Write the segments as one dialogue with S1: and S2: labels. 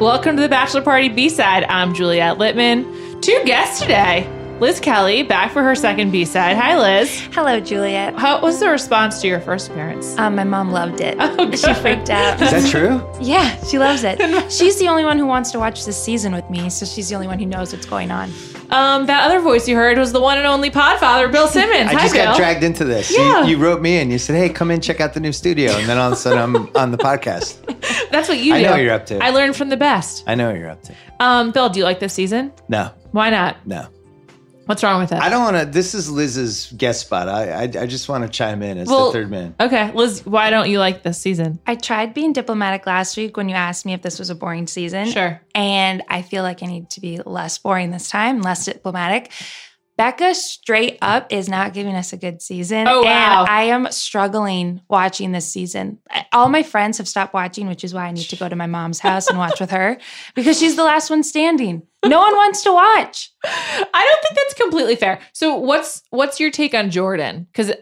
S1: Welcome to the Bachelor Party B side. I'm Juliette Littman. Two guests today Liz Kelly, back for her second B side. Hi, Liz.
S2: Hello, Juliet.
S1: How was the response to your first appearance?
S2: Um, my mom loved it.
S1: Oh,
S2: she
S1: good.
S2: freaked out.
S3: Is that true?
S2: Yeah, she loves it. She's the only one who wants to watch this season with me, so she's the only one who knows what's going on.
S1: Um, that other voice you heard was the one and only podfather, Bill Simmons.
S3: I
S1: Hi,
S3: just
S1: Bill.
S3: got dragged into this.
S1: Yeah.
S3: You, you wrote me in. You said, "Hey, come in, check out the new studio," and then all of a sudden, I'm on the podcast.
S1: That's what you do.
S3: I know what you're up to.
S1: I learned from the best.
S3: I know what you're up to.
S1: Um, Bill, do you like this season?
S3: No,
S1: Why not?
S3: no,
S1: What's wrong with it?
S3: I don't want to. This is Liz's guest spot. I, I, I just want to chime in as
S1: Well-
S3: the third man.
S1: Okay, Liz, why don't you like this season?
S2: I tried being diplomatic last week when you asked me if this was a boring season.
S1: Sure.
S2: And I feel like I need to be less boring this time, less diplomatic. Becca straight up is not giving us a good season.
S1: Oh, wow.
S2: And I am struggling watching this season. All my friends have stopped watching, which is why I need to go to my mom's house and watch with her because she's the last one standing. No one wants to watch.
S1: I don't think that's completely fair. So what's what's your take on Jordan? Because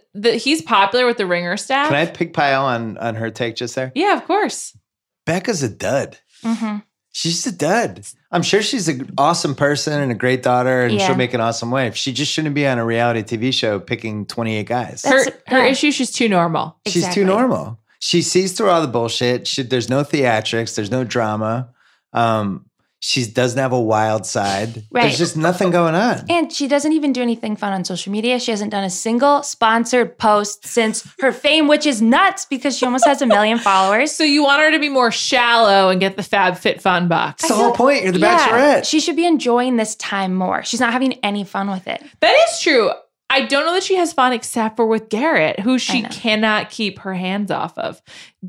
S1: he's popular with the ringer staff.
S3: Can I pick pile on on her take just there?
S1: yeah, of course.
S3: Becca's a dud.
S2: Mhm.
S3: She's a dud. I'm sure she's an awesome person and a great daughter, and
S2: Yeah.
S3: she'll make an awesome wife. She just shouldn't be on a reality TV show picking 28 guys.
S1: Her
S2: That's-
S1: her
S2: yeah.
S1: issue, she's too normal.
S3: She's
S2: Exactly.
S3: too normal. She sees through all the bullshit. She, there's no theatrics. There's no drama. Um, she doesn't have a wild side.
S2: Right.
S3: There's just nothing going on.
S2: And she doesn't even do anything fun on social media. She hasn't done a single sponsored post since her fame, which is nuts because she almost has a million followers.
S1: So you want her to be more shallow and get the Fab Fit Fun box.
S3: That's the whole point. You're the Bachelorette.
S2: She should be enjoying this time more. She's not having any fun with it.
S1: That is true. I don't know that she has fun except for with Garrett, who she
S2: know.
S1: cannot keep her hands off of.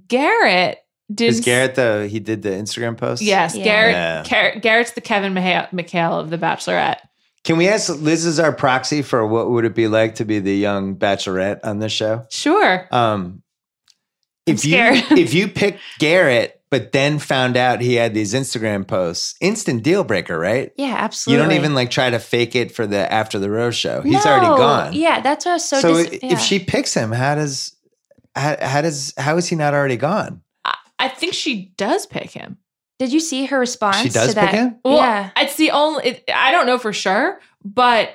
S1: Garrett did
S3: Is Garrett though? He did the Instagram post.
S1: Yes,
S2: Yeah.
S1: Garrett,
S3: Yeah.
S1: Garrett. Garrett's the Kevin Maha- McHale of the Bachelorette.
S3: Can we ask Liz is our proxy for what would it be like to be the young Bachelorette on this show?
S1: Sure.
S3: Um, if you
S1: scared.
S3: if you picked Garrett, but then found out he had these Instagram posts, instant deal breaker, right?
S2: Yeah, absolutely.
S3: You don't even like try to fake it for the after the row show. He's
S2: No.
S3: already gone.
S2: Yeah, that's what I was so.
S3: So,
S2: dis-
S3: i-
S2: yeah.
S3: if she picks him, how does how, how does how is he not already gone?
S1: I think she does pick him.
S2: did, you see her response.
S3: She does
S2: to that?
S3: pick him.
S1: Well,
S2: yeah,
S1: it's the only. It, I don't know for sure, but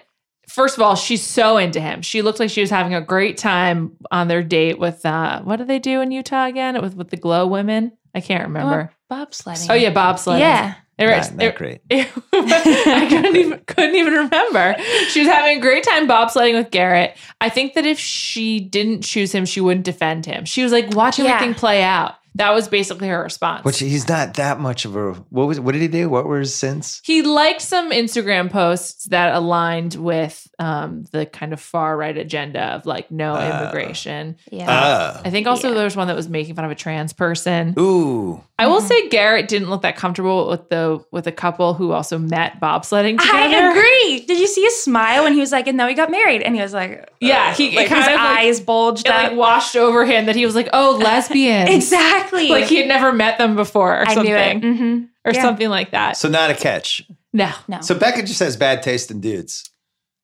S1: first of all, she's so into him. She looked like she was having a great time on their date with uh, what do they do in Utah again? It was with the glow women. I can't remember.
S2: bobsledding.
S1: Oh, yeah, bobsledding.
S2: yeah.
S1: It-
S3: Not, not
S1: it-
S3: great.
S1: I couldn't even couldn't even remember. She was having a great time bobsledding with Garrett. I think that if she didn't choose him, she wouldn't defend him. She was like, watch
S2: Yeah.
S1: everything play out. That was basically her response.
S3: Which he's not that much of a. What was? What did he do? What were his sins?
S1: He liked some Instagram posts that aligned with um, the kind of far right agenda of like no
S3: Oh.
S1: immigration.
S2: yeah.
S3: Ah.
S1: I think also
S2: Ah. Yeah.
S1: there was one that was making fun of a trans person.
S3: Ooh.
S1: I
S2: Mm-hmm.
S1: will say Garrett didn't look that comfortable with the with a couple who also met bobsledding together.
S2: I agree. Did you see his smile when he was like, and then we got married? And he was like,
S1: Yeah, he- it
S2: like,
S1: kind
S2: his
S1: of, like-
S2: eyes bulged
S1: It like
S2: out.
S1: washed over him that he was like, oh, lesbian.
S2: exactly.
S1: Like he had never met them before or
S2: I
S1: something.
S2: knew it. hmm
S1: Or
S2: Yeah.
S1: something like that.
S3: So not a catch.
S1: No.
S2: No.
S3: So Becca just has bad taste in dudes.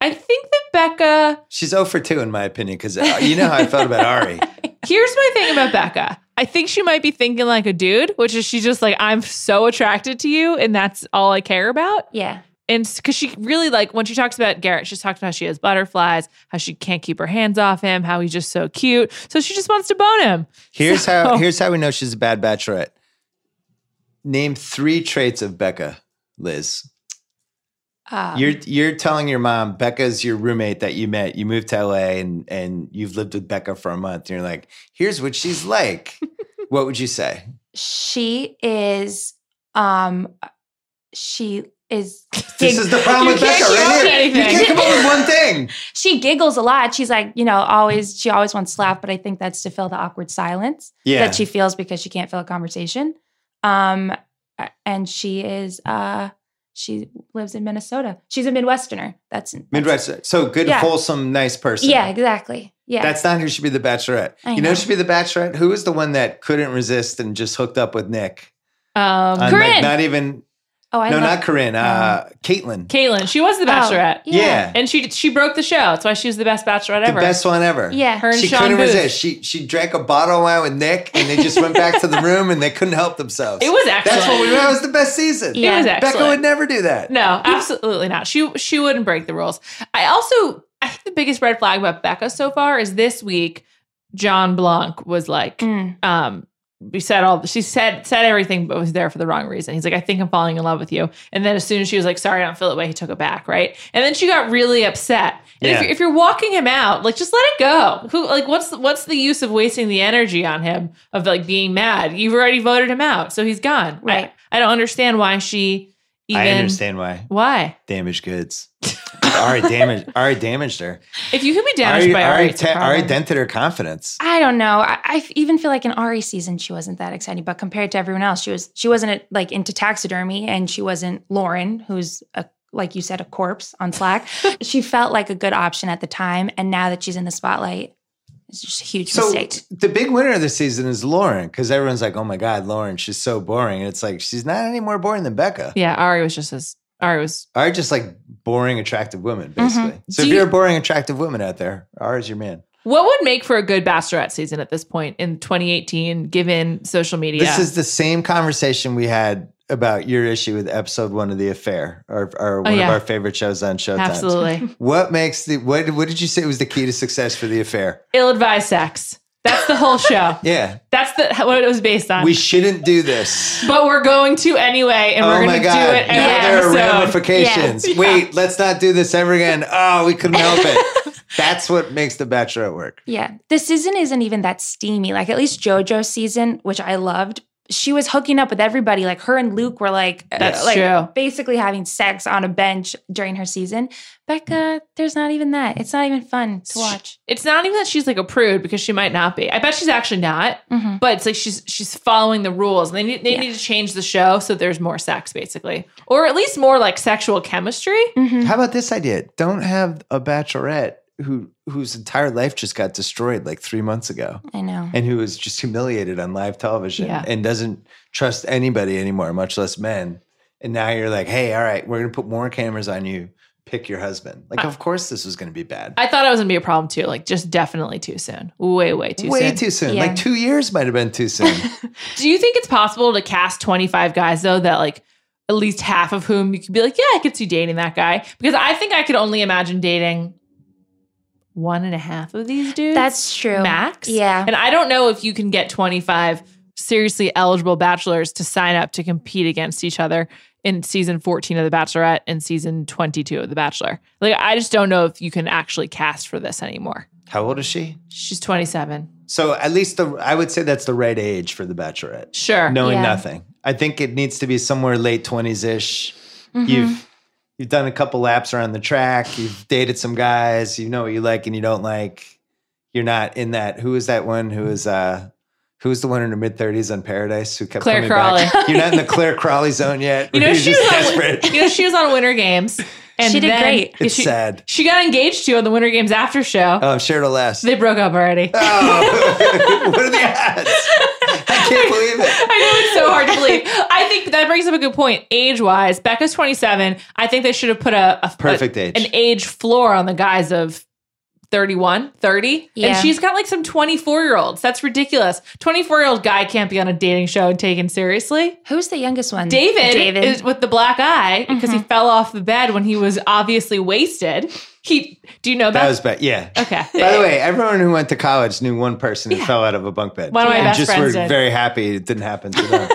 S1: I think that Becca
S3: She's 0 for 2 in my opinion because you know how I felt about Ari.
S1: Here's my thing about Becca. I think she might be thinking like a dude, which is she's just like, I'm so attracted to you, and that's all I care about.
S2: yeah.
S1: And because she really like when she talks about Garrett, she's talking about how she has butterflies, how she can't keep her hands off him, how he's just so cute. So she just wants to bone him.
S3: Here's how. Here's how we know she's a bad bachelorette. Name three traits of Becca, Liz.
S2: Um,
S3: You're you're telling your mom Becca's your roommate that you met. You moved to LA and and you've lived with Becca for a month. And you're like, here's what she's like. what would you say?
S2: she is um she is
S3: This is the problem
S1: You
S3: with
S1: can't
S3: Becca right
S1: show
S3: here. You
S1: anything.
S3: can't come up with one thing.
S2: she giggles a lot she's like you know always she always wants to laugh but i think that's to fill the awkward silence
S3: Yeah,
S2: that she feels because she can't fill a conversation um a- and she is uh she lives in minnesota she's a midwesterner that's that's-
S3: Midwest. So good,
S2: Yeah.
S3: wholesome, nice person.
S2: yeah exactly yeah
S3: That's not who should be the bachelorette.
S2: I
S3: you know
S2: know.
S3: who should be the bachelorette? Who was the one that couldn't resist and just hooked up with Nick?
S1: Um,
S3: And,
S2: Corinne.
S3: not even
S2: Oh, I
S3: no,
S2: love
S3: not Corinne. Uh, Caitlin.
S1: Caitlin, she was the
S2: Oh,
S1: Bachelorette,
S3: yeah.
S1: and she she broke the show. That's why she was the best Bachelorette
S3: the
S1: ever.
S3: best one ever.
S2: Yeah.
S1: Her and
S3: she
S1: Sean
S3: couldn't
S1: Booth.
S3: resist. She she drank a bottle of wine with Nick, and they just went back to the room, and they couldn't help themselves.
S1: It was
S3: That's what
S1: excellent.
S3: we. That was the best season.
S1: It was
S2: Yeah.
S1: excellent.
S3: Becca would never do that.
S1: No, absolutely not. She she wouldn't break the rules. I also I think the biggest red flag about Becca so far is this week. John Blanc was like,
S2: Mm.
S1: um, we said all she said said everything, but was there for the wrong reason. He's like, I think I'm falling in love with you. And then as soon as she was like, sorry, I don't feel that way, he took it back, right? And then she got really upset. And
S3: Yeah.
S1: if, you're, if you're walking him out, like just let it go. Who like what's what's the use of wasting the energy on him of like being mad? You've already voted him out, so he's gone. I-
S2: Right.
S1: I, don't understand why she even
S3: I understand why.
S1: why.
S3: Damaged goods. Ari damaged. Ari damaged her.
S1: If you can be damaged
S3: Ari,
S1: by
S3: Ari,
S1: Ari,
S3: te- Ari dented her confidence.
S2: I don't know. I, I f- even feel like in Ari season she wasn't that exciting, but compared to everyone else, she was. She wasn't like into taxidermy, and she wasn't Lauren, who's a like you said a corpse on Slack. she felt like a good option at the time, and now that she's in the spotlight, it's just a huge
S3: So
S2: mistake.
S3: the big winner of the season is Lauren because everyone's like, "Oh my God, Lauren, she's so boring." And it's like she's not any more boring than Becca.
S1: yeah, Ari was just as Ari was
S3: Ari just like boring, attractive women, basically.
S1: Mm-hmm. Do
S3: So if
S1: you-
S3: you're a boring, attractive woman out there, Ari's your man.
S1: What would make for a good bachelorette season at this point in 2018, given social media?
S3: This is the same conversation we had about your issue with episode one of The Affair, or, or one
S1: Oh, yeah.
S3: of our favorite shows on Showtime.
S1: absolutely
S3: What makes the what? What did you say was the key to success for The Affair?
S1: ill-advised sex. That's the whole show.
S3: Yeah,
S1: That's the what it was based on.
S3: we shouldn't do this.
S1: but we're going to anyway, and we're
S3: oh my
S1: going to do
S3: God!
S1: it
S3: now
S1: every
S3: there are
S1: episode.
S3: ramifications.
S1: Yeah.
S3: Wait, let's not do this ever again. Oh, we couldn't help it. That's what makes The Bachelorette work.
S2: Yeah. This season isn't even that steamy. Like at least JoJo's season, which I loved, she was hooking up with everybody. Like her and Luke were like, uh,
S1: That's
S2: like
S1: true.
S2: basically having sex on a bench during her season. Becca, there's not even that. It's not even fun to watch.
S1: It's not even that she's like a prude because she might not be. I bet she's actually not.
S2: Mhm.
S1: But it's like she's she's following the rules. And they need they
S2: Yeah.
S1: need to change the show so there's more sex basically, or at least more like sexual chemistry.
S2: Mhm.
S3: How about this idea? Don't have a Bachelorette who whose entire life just got destroyed like three months ago.
S2: I know.
S3: and who is just humiliated on live television
S1: Yeah.
S3: and doesn't trust anybody anymore, much less men. And now you're like, hey, all right, we're gonna put more cameras on you. Pick your husband. Like, of course, this was gonna be bad.
S1: I thought it was gonna be a problem too. Like just definitely too soon. Way way too
S3: Way
S1: soon.
S3: too soon.
S2: Yeah.
S3: Like two years might have been too soon.
S1: Do you think it's possible to cast 25 guys though that like at least half of whom you could be like, yeah, I could see dating that guy? Because I think I could only imagine dating one and a half of these dudes.
S2: That's true.
S1: max.
S2: Yeah.
S1: And I don't know if you can get 25 seriously eligible bachelors to sign up to compete against each other in season 14 of The Bachelorette and season 22 of The Bachelor. Like I just don't know if you can actually cast for this anymore.
S3: How old is she?
S1: She's 27.
S3: So at least the I would say that's the right age for the Bachelorette.
S1: Sure.
S3: Knowing
S2: Yeah.
S3: nothing. I think it needs to be somewhere late twenties ish.
S2: Mm-hmm.
S1: Mm-hmm.
S3: You've you've done a couple laps around the track, you've dated some guys, you know what you like and you don't like. You're not in that who is that one who is uh who was the one in her mid thirties on Paradise who kept
S1: Claire
S3: coming back? You're not in the Claire Crawley zone yet.
S1: You know,
S3: You're
S1: she
S3: just
S1: was on-
S3: desperate.
S1: you know, she was on Winter Games. And
S2: She did
S1: then-
S2: great.
S3: It's
S1: she,
S3: sad.
S1: She got engaged to on the Winter Games after show.
S3: Oh, I'm sure it'll last.
S1: they broke up already. I
S3: oh, what are the odds? I can't believe it.
S1: know it's so hard to believe. I think that brings up a good point. Age wise, Becca's 27. I think they should have put a, a
S3: Perfect
S1: a-
S3: age.
S1: an age floor on the guys of 31, 30. And
S2: Yeah.
S1: she's got like some 24 year olds. That's ridiculous. 24 year old guy can't be on a dating show and taken seriously.
S2: Who's the youngest one?
S1: David,
S2: David.
S1: is with the black eye because he fell off the bed when he was obviously wasted. He, do you know
S3: That
S1: about?
S3: was bad. Yeah.
S1: okay.
S3: By the way, everyone who went to college knew one person who fell out of a bunk bed.
S1: One of my
S3: and
S1: best
S3: just
S1: friends
S3: were
S1: did.
S3: very happy it didn't happen to them.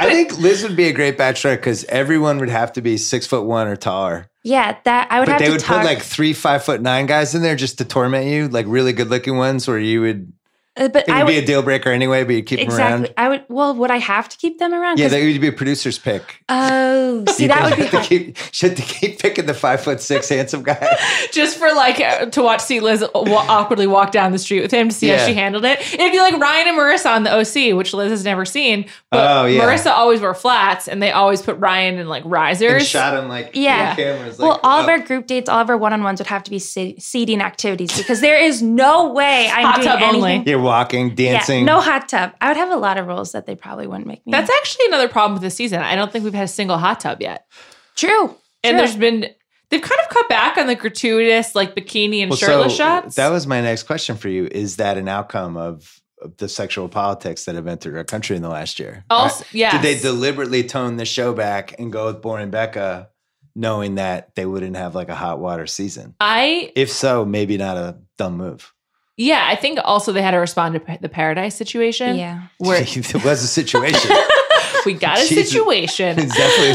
S3: I think Liz would be a great bachelorette because everyone would have to be six foot one or taller.
S2: yeah, that I would
S3: But
S2: have
S3: they
S2: to
S3: would
S2: talk.
S3: put like three five foot nine guys in there just to torment you, like really good looking ones where you would
S2: Uh, but
S3: it would
S2: I would
S3: be a deal breaker anyway, but you'd keep them
S2: exactly.
S3: around.
S2: I would. Well, would I have to keep them around?
S3: Yeah,
S2: 'Cause-
S3: that would be a producer's pick.
S2: oh, see,
S3: You
S2: that would
S3: think
S2: be
S3: you have
S2: hard.
S3: to keep, you have to keep picking the five foot six handsome guy.
S1: just for like uh, to watch see Liz wa- awkwardly walk down the street with him to see
S3: Yeah.
S1: how she handled it. It'd be like Ryan and Marissa on the OC, which Liz has never seen. But
S3: Oh, yeah.
S1: Marissa always wore flats, and they always put Ryan in like risers.
S3: And shot him like
S2: Yeah.
S3: yeah. cameras.
S2: Well,
S3: like,
S2: all of
S3: up.
S2: our group dates, all of our one-on-ones would have to be se- seating activities because there is no way I'm
S1: Hot
S2: doing
S1: tub
S2: anything.
S1: only.
S3: Yeah, walking, dancing.
S2: Yeah, no hot tub. I would have a lot of rules that they probably wouldn't make me.
S1: That's actually another problem with this season. I don't think we've had a single hot tub yet.
S2: true.
S1: And
S2: True.
S1: there's been they've kind of cut back on the gratuitous like bikini and
S3: Well,
S1: shirtless
S3: so
S1: shots.
S3: That was my next question for you. Is that an outcome of, of the sexual politics that have entered our country in the last year?
S1: also yeah.
S3: Did they deliberately tone the show back and go with Born and Becca, knowing that they wouldn't have like a hot water season?
S1: I
S3: If so, maybe not a dumb move.
S1: yeah, I think also they had to respond to pa- the paradise situation.
S2: Yeah.
S1: Where
S3: it was a situation.
S1: we got a
S3: Jesus.
S1: situation.
S3: it's definitely a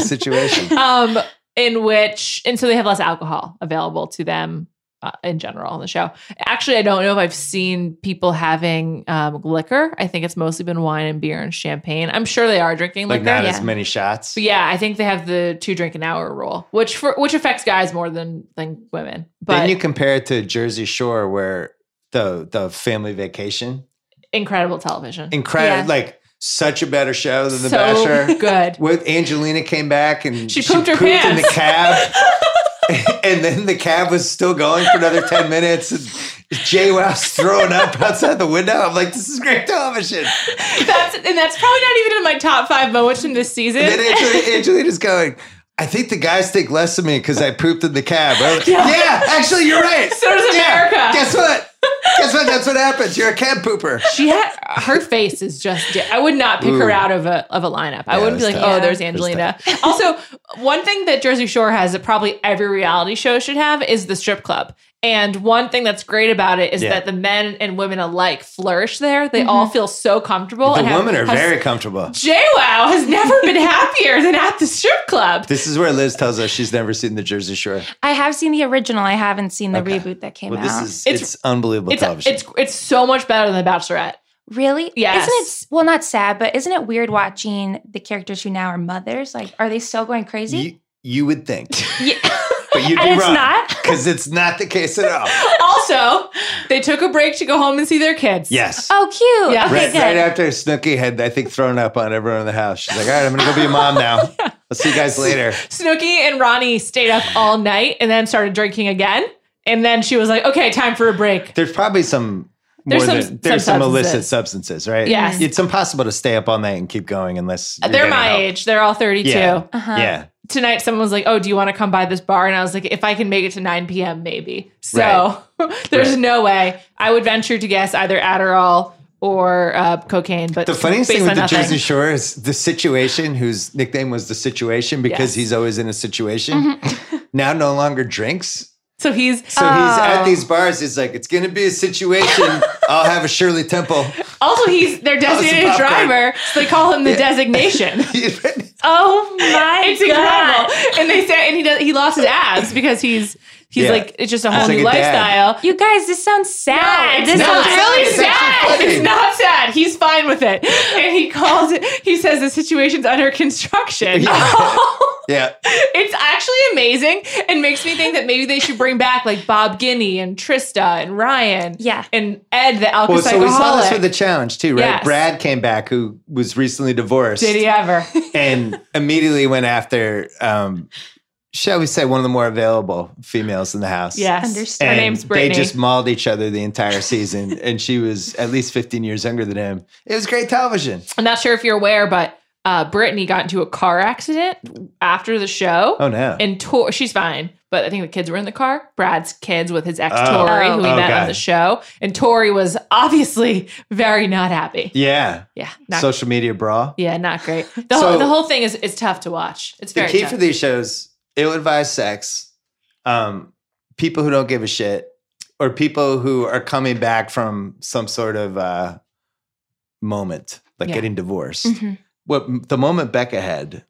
S3: situation.
S1: um in which and so they have less alcohol available to them uh, in general on the show actually i don't know if i've seen people having um, liquor i think it's mostly been wine and beer and champagne i'm sure they are drinking
S3: Like
S1: like
S3: not
S1: that.
S2: that,
S3: as
S2: yeah.
S3: many shots.
S1: but yeah i think they have the two drink an hour rule which for which affects guys more than than women but
S3: then you compare it to Jersey Shore, where the the family vacation,
S1: incredible television
S3: incredible,
S2: Yeah.
S3: like such a better show than The
S1: so
S3: Bachelor.
S1: good
S3: With Angelina came back and
S1: She pooped her
S3: in the
S1: pants.
S3: cab. and then the cab was still going for another 10 minutes. And Jay Wow's throwing up outside the window. I'm like, this is great television.
S1: that's and that's probably not even in my top five moments from this season
S3: And then Angelina, Angelina's going, I think the guys think less of me because I pooped in the cab. I'm like, yeah.
S1: Yeah.
S3: actually, you're right.
S1: So does
S3: Yeah.
S1: America.
S3: Guess what? Guess what? That's what happens. You're a cab pooper.
S1: She had her face is just. I would not pick
S3: Ooh.
S1: her out of a of a lineup. I
S3: Yeah,
S1: wouldn't be
S3: that's
S1: like,
S2: tough.
S1: oh, there's
S2: Yeah.
S1: Angelina. also, one thing that Jersey Shore has that probably every reality show should have is the strip club. And one thing that's great about it is
S3: Yeah. Mm-hmm.
S1: that the men and women alike flourish there. They all feel so comfortable.
S3: The
S1: and have-
S3: women are
S1: have-
S3: very comfortable.
S1: JWoww has never been happier than at the strip club.
S3: This is where Liz tells us she's never seen the Jersey Shore.
S2: I have seen the original. I haven't seen the
S3: Okay.
S2: reboot that came
S3: Well,
S2: out.
S3: this is it's,
S1: It's-
S3: unbelievable
S1: It's,
S3: television.
S1: it's it's so much better than The Bachelorette.
S2: really?
S1: Yes.
S2: Isn't it well not sad, but isn't it weird watching the characters who now are mothers? Like, are they still going crazy?
S3: you, you would think,
S1: Yeah.
S3: but you'd be
S2: and it's
S3: wrong.
S2: not.
S3: because it's not the case at all.
S1: also, they took a break to go home and see their kids.
S3: Yes.
S2: Oh, cute.
S1: Yeah.
S2: Okay,
S3: Right,
S2: good.
S3: right after Snooki had, I think, thrown up on everyone in the house. She's like, all right, I'm going to go be a mom now. I'll see you guys later.
S1: Snooki and Ronnie stayed up all night and then started drinking again. And then she was like, okay, time for a break.
S3: There's probably some. More
S1: There's
S3: there's
S1: some-
S3: than,
S1: some
S3: there's some,
S1: substances.
S3: illicit substances, right?
S1: Yes. Uh,
S3: It's impossible to stay up all night and keep going unless you're
S1: They're
S3: getting
S1: my
S3: help.
S1: age. They're all 32.
S3: Yeah.
S2: Uh-huh.
S3: Yeah.
S1: Tonight, someone was like, oh, do you want to come by this bar? And I was like, if I can make it to 9 p.m., maybe. So there's
S3: Right.
S1: no way. I would venture to guess either Adderall or uh, cocaine. But
S3: The funniest
S1: based
S3: thing with
S1: on
S3: the
S1: nothing.
S3: Jersey Shore is the situation, whose nickname was the situation because
S1: Yes. Mm-hmm.
S3: he's always in a situation, now no longer drinks.
S1: So he's
S3: So he's at
S2: Oh.
S3: these bars. He's like, it's going to be a situation. I'll have a Shirley Temple.
S1: also he's their designated
S3: popcorn.
S1: driver. So they call him the designation.
S2: Oh my
S1: it's
S2: god.
S1: incredible. And they say, and he does, he lost his abs because he's he's
S3: Yeah.
S1: like it's just a whole
S3: like
S1: new
S3: a dad.
S1: lifestyle.
S2: You guys, this sounds sad.
S1: No,
S2: this
S1: it's not.
S2: sounds
S1: It's
S2: really
S1: really
S3: It's actually
S1: sad.
S3: funny.
S1: It's not sad. He's fine with it, and he calls it. He says the situation's under construction.
S3: Yeah. yeah.
S1: it's actually amazing, and makes me think that maybe they should bring back like Bob Guinea and Trista and Ryan,
S2: Yeah.
S1: and Ed the alcoholic.
S3: Well, so we saw this with the challenge too, right?
S1: Yes.
S3: Brad came back, who was recently divorced,
S1: Did he ever?
S3: and immediately went after, um, shall we say, one of the more available females in the house.
S1: yes.
S2: Understood.
S1: Her
S3: And
S1: name's
S3: they
S1: Brittany.
S3: just mauled each other the entire season, and she was at least 15 years younger than him. It was great television.
S1: I'm not sure if you're aware, but uh, Brittany got into a car accident after the show.
S3: Oh no!
S1: and Tor- she's fine, but I think the kids were in the car. Brad's kids with his ex
S3: Oh.
S1: Tori, who we
S3: Oh,
S1: met
S3: okay.
S1: on the show, and Tori was obviously very not happy.
S3: yeah,
S1: Yeah, not,
S3: social media brawl.
S1: yeah, not great. The,
S3: So-
S1: whole, the whole thing is is tough to watch. It's
S3: the
S1: very
S3: key
S1: tough.
S3: for these shows: ill-advised sex, um, people who don't give a shit, or people who are coming back from some sort of uh, moment, like
S1: Yeah.
S3: getting divorced.
S2: Mhm.
S3: What the moment Becca had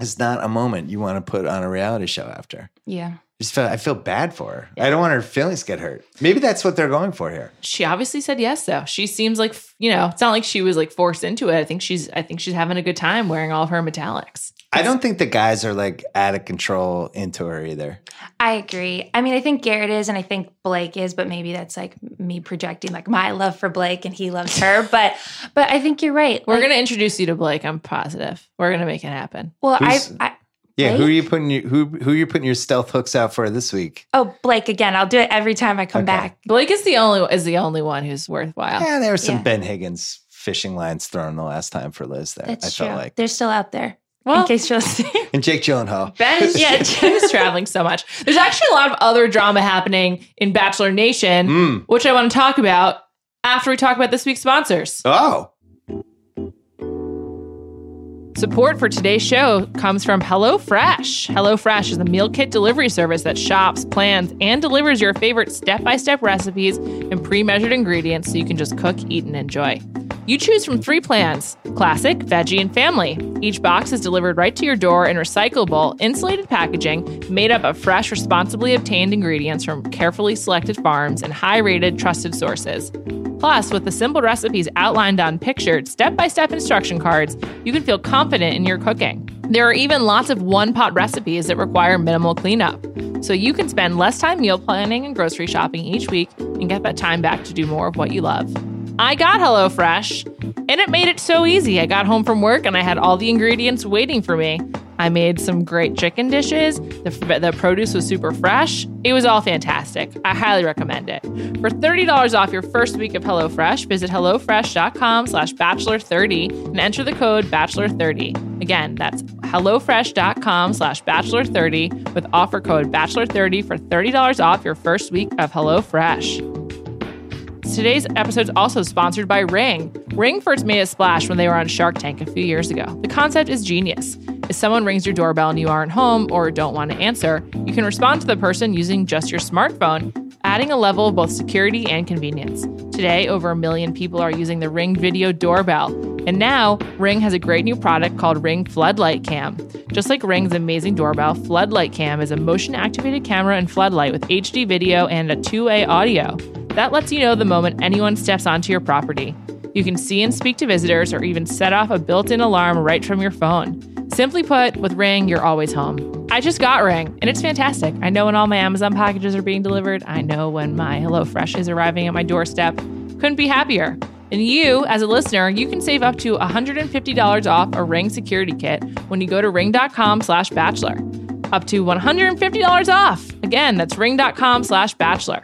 S3: is not a moment you want to put on a reality show after.
S2: Yeah.
S3: I just feel, I feel bad for her. I don't want her feelings to get hurt. Maybe that's what they're going for here.
S1: she obviously said yes, though. She seems like you know, it's not like she was like forced into it. I think she's I think she's having a good time wearing all of her metallics.
S3: I don't think the guys are like out of control into her either.
S2: I agree. I mean, I think Garrett is and I think Blake is, but maybe that's like me projecting like my love for Blake and he loves her. But but I think you're right.
S1: We're
S2: Like,
S1: gonna introduce you to Blake. I'm positive. We're gonna make it happen.
S2: well I
S3: Who's-
S2: I
S3: Yeah, who
S2: Blake?
S3: are you putting your who who are you putting your stealth hooks out for this week?
S2: Oh, Blake again. I'll do it every time I come
S3: Okay.
S2: back.
S1: Blake is the only is the only one who's worthwhile.
S3: Yeah, there were some
S2: Yeah.
S3: Ben Higgins fishing lines thrown the last time for Liz there.
S2: That's
S3: I
S2: true.
S3: felt like.
S2: They're still out there.
S1: Well,
S2: in case you're listening.
S3: And Jake Gyllenhaal.
S1: Ben is, yeah, Ben is traveling so much. There's actually a lot of other drama happening in Bachelor Nation,
S3: Mm.
S1: which I want to talk about after we talk about this week's sponsors.
S3: Oh.
S1: Support for today's show comes from HelloFresh. HelloFresh is a meal kit delivery service that shops, plans, and delivers your favorite step by step recipes and pre measured ingredients so you can just cook, eat, and enjoy. You choose from three plans classic, veggie, and family. Each box is delivered right to your door in recyclable, insulated packaging made up of fresh, responsibly obtained ingredients from carefully selected farms and high rated, trusted sources. Plus, with the simple recipes outlined on pictured step by step instruction cards, you can feel confident in your cooking. There are even lots of one pot recipes that require minimal cleanup. So you can spend less time meal planning and grocery shopping each week and get that time back to do more of what you love. I got HelloFresh, and it made it so easy. I got home from work and I had all the ingredients waiting for me. I made some great chicken dishes. The, the produce was super fresh. It was all fantastic. I highly recommend it. For $30 off your first week of HelloFresh, visit HelloFresh.com slash Bachelor30 and enter the code Bachelor30. Again, that's HelloFresh.com slash Bachelor30 with offer code Bachelor30 for $30 off your first week of HelloFresh. Today's episode is also sponsored by Ring. Ring first made a splash when they were on Shark Tank a few years ago. The concept is genius. If someone rings your doorbell and you aren't home or don't want to answer, you can respond to the person using just your smartphone, adding a level of both security and convenience. Today, over a million people are using the Ring Video Doorbell. And now, Ring has a great new product called Ring Floodlight Cam. Just like Ring's amazing doorbell, Floodlight Cam is a motion activated camera and floodlight with HD video and a two way audio. That lets you know the moment anyone steps onto your property. You can see and speak to visitors or even set off a built in alarm right from your phone. Simply put, with Ring, you're always home. I just got Ring, and it's fantastic. I know when all my Amazon packages are being delivered, I know when my HelloFresh is arriving at my doorstep. Couldn't be happier. And you, as a listener, you can save up to $150 off a Ring security kit when you go to ring.com slash bachelor. Up to $150 off. Again, that's ring.com slash bachelor.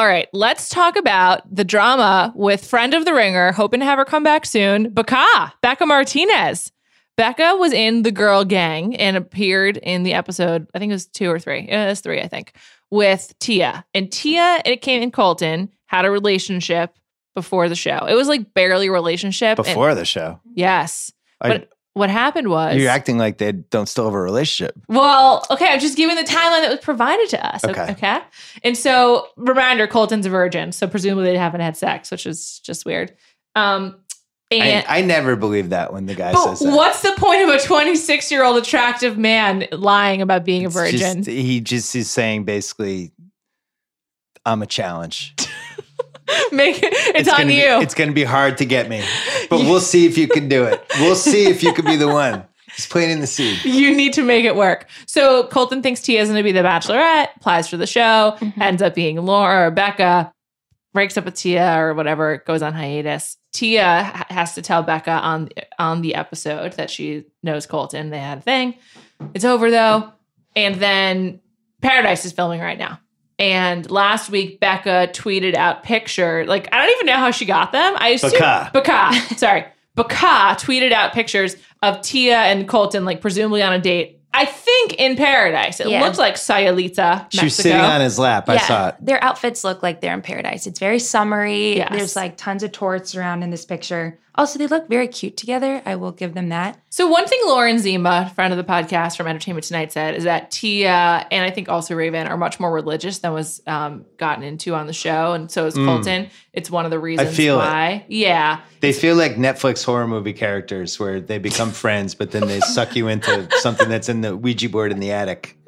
S1: All right, let's talk about the drama with friend of the ringer, hoping to have her come back soon, Becca, Becca Martinez. Becca was in the girl gang and appeared in the episode, I think it was two or three. Yeah, it was three, I think, with Tia. And Tia and Kate and Colton had a relationship before the show. It was like barely a relationship. and-
S3: Before the show.
S1: yes.
S3: I-
S1: but what happened was
S3: You're acting like they don't still have a relationship.
S1: well, okay, I'm just giving the timeline that was provided to us.
S3: Okay.
S1: Okay. okay? And so, reminder Colton's a virgin. So, presumably, they haven't had sex, which is just weird. Um,
S3: I,
S1: and
S3: I never believe that when the guy
S1: but
S3: says that.
S1: what's the point of a 26 year old attractive man lying about being a
S3: It's
S1: virgin?
S3: just- he just is saying basically, I'm a challenge.
S1: Make it, it's, on
S3: gonna be-
S1: you.
S3: it's going to be hard to get me, but we'll see if you can do it. We'll see if you can be the one. He's planting the seed.
S1: you need to make it work. So Colton thinks Tia is going to be the bachelorette, applies for the show, ends up being Laura or Becca, breaks up with Tia or whatever, goes on hiatus. Tia ha- has to tell Becca on on the episode that she knows Colton. They had a thing. It's over though. And then Paradise is filming right now. And last week, Becca tweeted out picture. Like I don't even know how she got them. I assume
S3: Becca.
S1: Becca, sorry, Becca tweeted out pictures of Tia and Colton, like presumably on a date. I think in Paradise. It
S2: Yeah.
S1: looked like Sayulita, Mexico.
S3: She was sitting on his lap. I saw it.
S2: Their outfits look like they're in paradise. It's very summery.
S1: Yes.
S2: There's like tons of torts around in this picture. Also, they look very cute together. I will give them that.
S1: So one thing Lauren Zima, friend of the podcast from Entertainment Tonight, said is that Tia and I think also Raven are much more religious than was um, gotten into on the show, and so is Colton. It's one of the reasons
S3: Hmm. feel it.
S1: why. Yeah,
S3: They feel like Netflix horror movie characters where they become friends, but then they suck you into something that's in the Ouija board in the attic.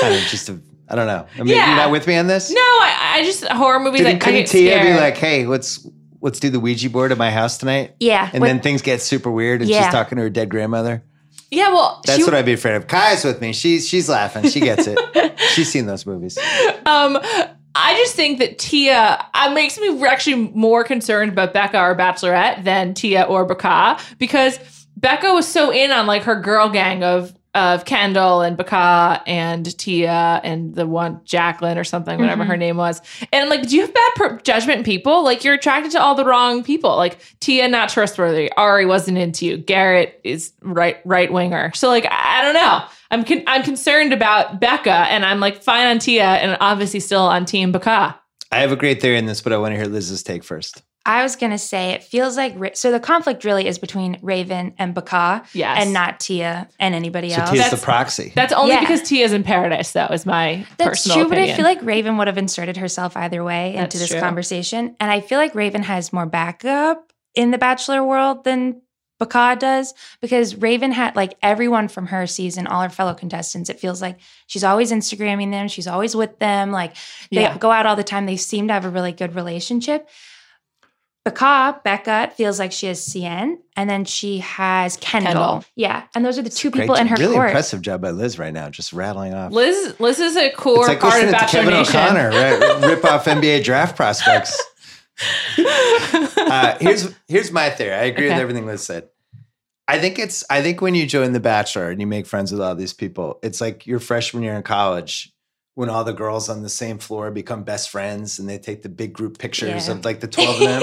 S3: Kind of just, a, I don't know. I mean,
S1: Yeah.
S3: you not with me on this?
S1: no, I, I just horror movies.
S3: Did
S1: like, I
S3: couldn't
S1: get
S3: Tia
S1: scared.
S3: be like, hey, let's let's do the Ouija board at my house tonight?
S2: Yeah.
S3: And
S2: What-
S3: then things get super weird, and
S2: Yeah.
S3: she's talking to her dead grandmother.
S1: yeah, well,
S3: That's
S1: she,
S3: what I'd be afraid of. Kai's with me. She's she's laughing. She gets it. she's seen those movies.
S1: Um, I just think that Tia uh, makes me actually more concerned about Becca or Bachelorette than Tia or Becca because Becca was so in on like her girl gang of of Kendall and Becca and Tia and the one Jacqueline or something, whatever
S2: Mhm.
S1: her name was. And I'm like, do you have bad per- judgment in people? Like you're attracted to all the wrong people. Like Tia, not trustworthy. Ari wasn't into you. Garrett is right right winger. So like, I, I don't know. I'm con- I'm concerned about Becca, and I'm like fine on Tia, and obviously still on Team Becca.
S3: I have a great theory in this, but I want to hear Liz's take first.
S2: I was gonna say it feels like Ra- so the conflict really is between Raven and Baka
S1: Yes,
S2: and not Tia and anybody
S3: So
S2: else.
S3: Tia's the
S1: That's-
S3: proxy.
S1: That's only
S2: Yeah.
S1: because Tia's in paradise, though. Is my
S2: That's
S1: personal
S2: true,
S1: opinion.
S2: but I feel like Raven would have inserted herself either way
S1: That's
S2: into this
S1: true.
S2: conversation. And I feel like Raven has more backup in the Bachelor world than Baka does because Raven had like everyone from her season, all her fellow contestants. It feels like she's always Instagramming them, she's always with them. Like they
S1: Yeah.
S2: go out all the time. They seem to have a really good relationship. Baka, Becca, it feels like she has Cien, and then she has Kendall.
S1: Kendall.
S2: Yeah. And those are the two
S3: Great
S2: people in her
S3: job. really
S2: court.
S3: impressive job by Liz right now, just rattling off.
S1: Liz, Liz is a core
S3: it's like
S1: part of
S3: listening to
S1: Bachelor
S3: Kevin
S1: Nation.
S3: O'Connor right? rip off NBA draft prospects. Uh, here's here's my theory. I agree with
S1: Okay.
S3: everything Liz said. I think it's I think when you join The Bachelor and you make friends with all these people, it's like your freshman year in college when all the girls on the same floor become best friends and they take the big group pictures
S2: Yeah.
S3: of like the twelve of them.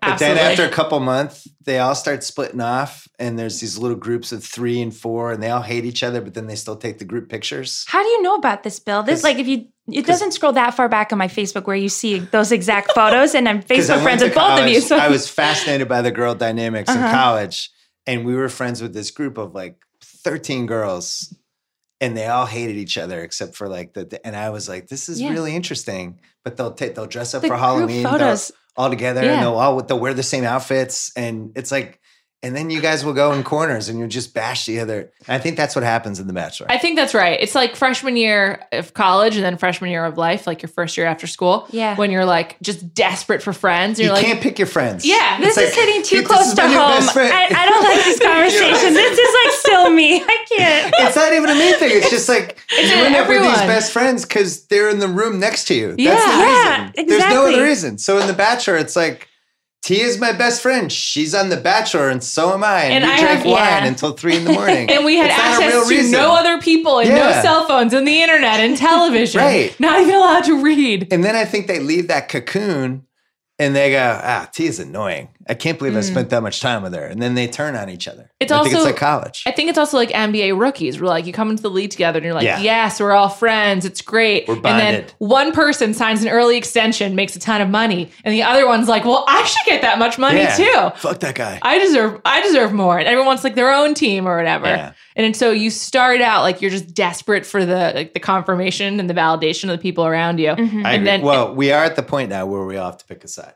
S3: But then after a couple months, they all start splitting off, and there's these little groups of three and four, and they all hate each other, but then they still take the group pictures.
S2: How do you know about this, Bill? This
S3: 'Cause-
S2: like if you it doesn't scroll that far back on my Facebook where you see those exact photos, and I'm
S3: 'Cause I
S2: Facebook
S3: went
S2: friends
S3: to
S2: with both of you.
S3: college-
S2: So
S3: I was fascinated by the girl dynamics in
S2: Uh-huh.
S3: college, and we were friends with this group of like 13 girls, and they all hated each other except for like the. And I was like, this is
S2: Yeah.
S3: really interesting. But they'll take they'll dress up
S2: the
S3: for
S2: group
S3: Halloween. they'll-
S2: photos.
S3: all together
S2: Yeah.
S3: and they'll all they'll wear the same outfits and it's like and then you guys will go in corners and you'll just bash the other. I think that's what happens in The Bachelor.
S1: I think that's right. It's like freshman year of college and then freshman year of life, like your first year after school.
S2: Yeah.
S1: When you're like just desperate for friends. And
S3: you
S1: you're like,
S3: can't pick your friends.
S1: Yeah,
S2: This
S3: It's
S2: is
S3: like,
S2: hitting too
S3: this
S2: close
S3: is
S2: to
S3: my new
S2: home.
S3: best friend.
S2: Um, I, I don't like this conversation. this is like still me. I can't.
S3: It's not even a me thing. It's just like
S1: It's
S3: you
S1: an
S3: end up with these
S1: everyone.
S3: best friends because they're in the room next to you. That's the
S1: Yeah.
S2: Yeah,
S3: reason. There's no
S2: exactly.
S3: other reason. So in The Bachelor, it's like Tia's my best friend. She's on The Bachelor, and so am I. And,
S1: And
S3: we
S1: I
S3: drank
S1: have-
S3: wine
S2: yeah.
S3: until three in the morning.
S1: and we had
S3: It's not a real
S1: access to
S3: reason.
S1: no other people and no
S3: Yeah.
S1: cell phones and the internet and television.
S3: Right.
S1: Not even allowed to read.
S3: And then I think they leave that cocoon and they go, ah, Tia's annoying. I can't believe I spent that much time with her. And then they turn on each other.
S1: Mm. It's
S3: I think it's
S1: also-
S3: like college.
S1: I think it's also like NBA rookies. We're like, you come into the league together and you're like,
S3: Yeah.
S1: yes, we're all friends. It's great.
S3: We're
S1: And
S3: bonded.
S1: then one person signs an early extension, makes a ton of money. And the other one's like, well, I should get that much money too.
S3: Fuck that guy.
S1: I deserve I deserve more. And everyone wants like their own team or whatever.
S3: Yeah.
S1: And so you start out like you're just desperate for the like the confirmation and the validation of the people around you.
S2: Mhm.
S3: I
S1: and
S3: agree.
S1: then-
S3: well, we are at the point now where we all have to pick a side.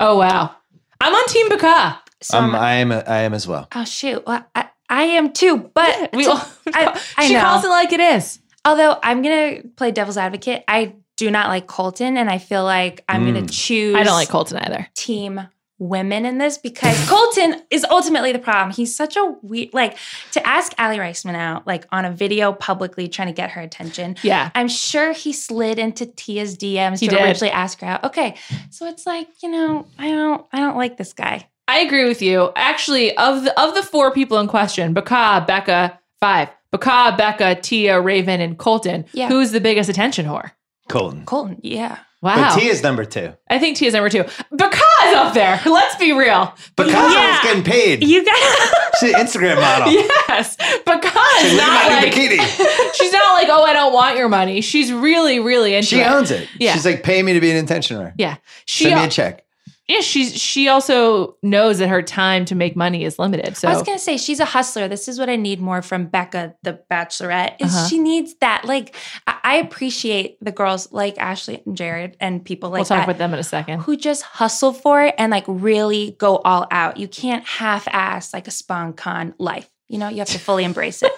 S1: Oh wow. I'm on Team Baka.
S2: So
S3: Um,
S2: I'm-
S3: I am. I am as well.
S2: oh shoot. Well, I, I am too, but
S1: We all,
S2: I- I
S1: she
S2: know.
S1: calls it like it is.
S2: although I'm gonna play devil's advocate, I do not like Colton, and I feel like I'm gonna
S3: Mm.
S2: choose.
S1: I don't like Colton either.
S2: team women in this because Colton is ultimately the problem. He's such a weird, like to ask Allie Reisman out, like on a video publicly trying to get her attention.
S1: Yeah.
S2: I'm sure he slid into Tia's DMs
S1: He
S2: to
S1: did.
S2: originally ask her out. Okay. So it's like, you know, I don't I don't like this guy.
S1: I agree with you. Actually, of the of the four people in question, Baka, Becca, five. Baka, Becca, Tia, Raven, and Colton,
S2: Yeah.
S1: who's the biggest attention whore?
S3: Colton.
S2: Colton, yeah.
S1: Wow.
S3: But Tia's number two.
S1: I think Tia's number two. Baka is up there. Let's be real.
S3: But
S2: Yeah.
S3: Kyle's getting paid.
S2: You got
S3: She's an Instagram model.
S1: Yes, because
S3: Oh. She's living
S1: not
S3: out in
S1: like
S3: bikini.
S1: she's not like oh I don't want your money. She's really really into
S3: She
S1: it.
S3: owns it.
S1: Yeah.
S3: She's like, pay me to be an intentioner.
S1: yeah, she
S3: Send me
S1: al-
S3: a check.
S1: yeah she's she also knows that her time to make money is limited. So
S2: I was gonna say she's a hustler. This is what I need more from Becca, the Bachelorette. Is
S1: Uh-huh.
S2: she needs that? Like, I I appreciate the girls like Ashley and Jared and people like
S1: we'll talk
S2: that
S1: about them in a second.
S2: who just hustle for it and like really go all out. You can't half-ass like a spawn con life. You know, you have to fully embrace it.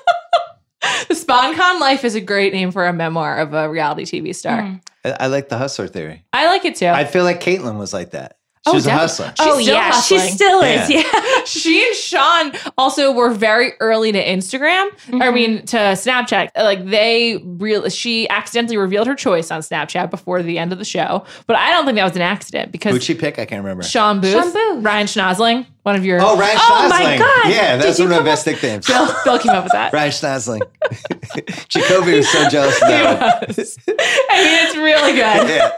S1: The SponCon life is a great name for a memoir of a reality TV star.
S2: Mm.
S3: I, I like the hustler theory.
S1: I like it too.
S3: I feel like Caitlyn was like that. She
S1: Oh,
S3: was a
S1: definitely.
S3: hustler.
S1: She's
S2: oh
S1: still
S2: yeah,
S1: hustling.
S2: she still is.
S3: Yeah.
S2: Yeah,
S1: she and Sean also were very early to Instagram. I
S2: Mhm.
S1: mean, to Snapchat. Like they real, she accidentally revealed her choice on Snapchat before the end of the show. But I don't think that was an accident because
S3: Who'd she pick? I can't remember.
S1: Sean Booth,
S2: Sean Booth.
S1: Ryan Schnosling, One of your
S3: Oh, Ryan
S2: Oh my
S3: Gosling.
S2: God.
S3: Yeah,
S2: Did
S3: that's
S2: you
S3: one of my
S2: come up-
S3: best nicknames.
S1: Bill, Bill came up with that.
S3: Ryan Gosling. Jacoby was so jealous of
S1: He
S3: that.
S1: was. I mean, it's really
S3: one.
S1: good.
S3: Yeah.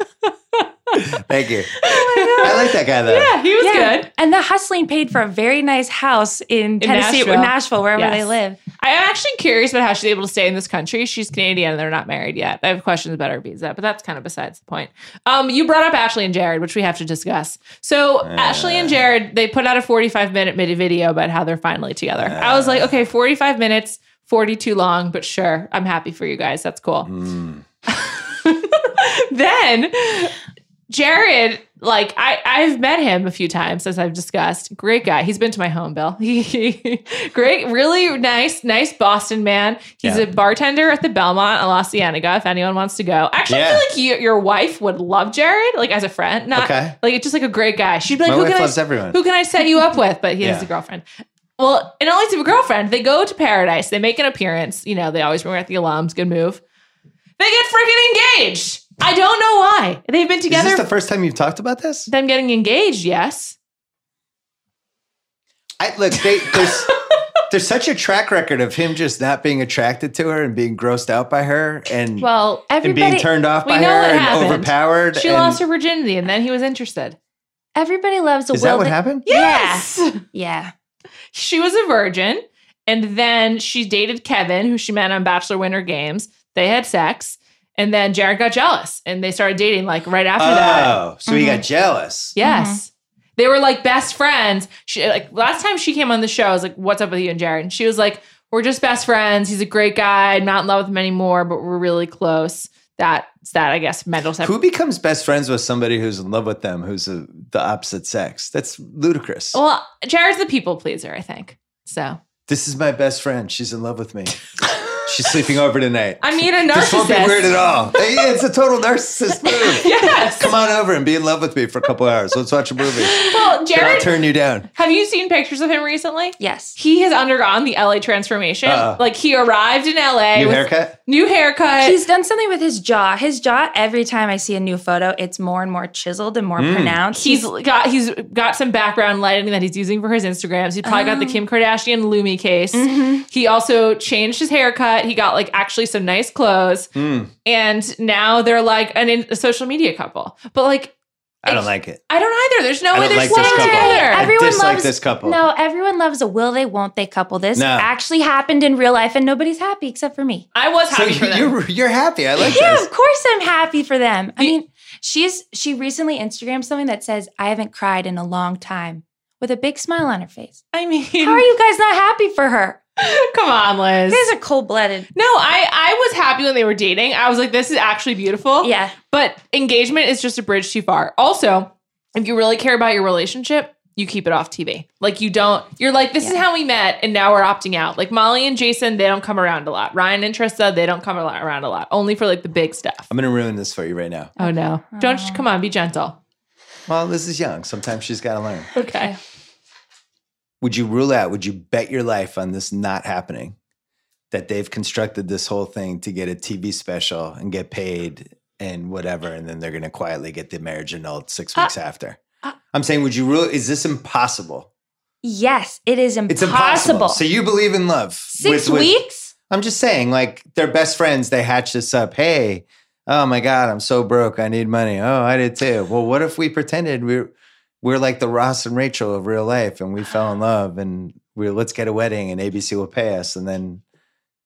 S3: Thank you. I like that guy though.
S1: Oh, Yeah, he was good.
S2: And the hustling paid for a very nice house in, Tennessee or
S1: Nashville.
S2: Nashville, wherever
S1: Yes.
S2: they live.
S1: I'm actually curious about how she's able to stay in this country. She's Canadian and they're not married yet. I have questions about her visa, but that's kind of besides the point. Um, you brought up Ashley and Jared, which we have to discuss. So Ashley and Jared, they put out a 45 minute midi video about how they're finally together. I was like, okay, 45 minutes, 40 too long, but sure, I'm happy for you guys. That's cool.
S3: Mm.
S1: then Jared, like I, I've met him a few times as I've discussed. Great guy. He's been to my home, Bill. He, great, really nice, nice Boston man. He's
S3: Yeah.
S1: a bartender at the Belmont in La Cienega. If anyone wants to go, actually, I
S3: Yeah.
S1: feel like you, your wife would love Jared, like as a friend. Not
S3: Okay.
S1: like it's just like a great guy. She'd be like,
S3: My
S1: who
S3: wife
S1: can I
S3: loves everyone.
S1: who can I set you up with? But he has
S3: Yeah.
S1: a girlfriend. Well, and only to a girlfriend. They go to paradise. They make an appearance. You know, they always bring out the alums. Good move. They get freaking engaged. I don't know why. They've been
S3: Is
S1: together.
S3: this the first time you've talked about this?
S1: them getting engaged, yes.
S3: I look, they, there's there's such a track record of him just not being attracted to her and being grossed out by her and
S1: Well,
S3: and
S1: everybody.
S3: Mm. being turned off
S1: we
S3: by her
S1: know what
S3: and
S1: happened.
S3: overpowered.
S1: she
S3: and-
S1: lost her virginity, and then he was interested.
S2: Everybody loves a
S3: Is that what
S2: wilde-
S3: happened?
S1: Yes.
S2: Yeah.
S1: she was a virgin and then she dated Kevin, who she met on Bachelor Winter Games. They had sex and then Jared got jealous and they started dating like right after that. Mm-hmm.
S3: Oh, so he got jealous.
S1: Yes. They were like best friends. She like last time she came on the show, I was like, What's up with you and Jared? And she was like, We're just best friends. He's a great guy. I'm not in love with him anymore, but we're really close. That's that, I guess, mental separation.
S3: Who becomes best friends with somebody who's in love with them, who's uh the opposite sex? That's ludicrous.
S1: Well, Jared's the people pleaser, I think. So
S3: This is my best friend. She's in love with me. She's sleeping over tonight.
S1: I mean a
S3: This won't be weird
S1: narcissist.
S3: at all. Hey, yeah, it's a total narcissist move.
S1: Yes.
S3: Come on over and be in love with me for a couple hours. Let's watch a movie.
S1: Well,
S3: Sure, I'll
S1: Jared,
S3: turn you down.
S1: have you seen pictures of him recently?
S2: Yes.
S1: he has undergone the LA transformation.
S3: Uh-uh.
S1: Like he arrived in LA
S3: New
S1: with
S3: haircut?
S1: new haircut.
S2: He's done something with his jaw. His jaw, every time I see a new photo, it's more and more chiseled and more
S3: Mm.
S2: pronounced.
S1: He's got he's got some background lighting that he's using for his Instagrams. He probably
S2: Oh.
S1: got the Kim Kardashian Lumi case.
S2: Mm-hmm.
S1: He also changed his haircut. He got like actually some nice clothes,
S3: Mm,
S1: and now they're like an in, a social media couple. But like
S3: I don't like it.
S1: I don't either. There's no way
S3: I don't
S1: they're
S3: like
S1: staying
S3: this couple.
S1: together.
S2: Every-
S3: I
S2: Everyone
S3: dislike
S2: loves-
S3: this couple.
S2: no, everyone loves a will they, won't they couple. This
S3: No.
S2: actually happened in real life and nobody's happy except for me.
S1: I was
S3: So
S1: happy for them.
S3: you're, you're happy. I like
S2: Yeah,
S3: this.
S2: of course I'm happy for them. I
S1: You-
S2: mean, she's she recently Instagrammed something that says, I haven't cried in a long time with a big smile on her face.
S1: I mean,
S2: How are you guys not happy for her?
S1: come on, Liz.
S2: You guys are cold blooded.
S1: No, I I was happy when they were dating. I was like, this is actually
S3: Oh.
S1: beautiful.
S2: Yeah.
S1: But engagement is just a bridge too far. Also, if you really care about your relationship, you keep it off TV. Like you don't. You're like, this is
S2: Yeah.
S1: how we met, and now we're opting out. Like Molly and Jason, they don't come around a lot. Ryan and Trista, they don't come a lot- around a lot. Only for like the big stuff.
S3: I'm going to ruin this for you right now.
S1: Oh no! Don't come on. Be gentle.
S3: Well, Liz is young. Sometimes she's got to learn.
S1: Okay.
S3: Would you rule out, would you bet your life on this not happening? That they've constructed this whole thing to get a TV special and get paid and whatever, and then they're going to quietly get the marriage annulled six
S2: Uh,
S3: weeks after. I'm saying, would you rule? Is this impossible?
S2: Yes, it is impossible.
S3: It's impossible. So you believe in love?
S2: Six
S3: with- with-
S2: weeks?
S3: I'm just saying, like they're best friends. They hatch this up. Hey, oh my god, I'm so broke. I need money. Oh, I did too. Well, what if we pretended we're we're like the Ross and Rachel of real life, and we fell in love, and we let's get a wedding, and ABC will pay us, and then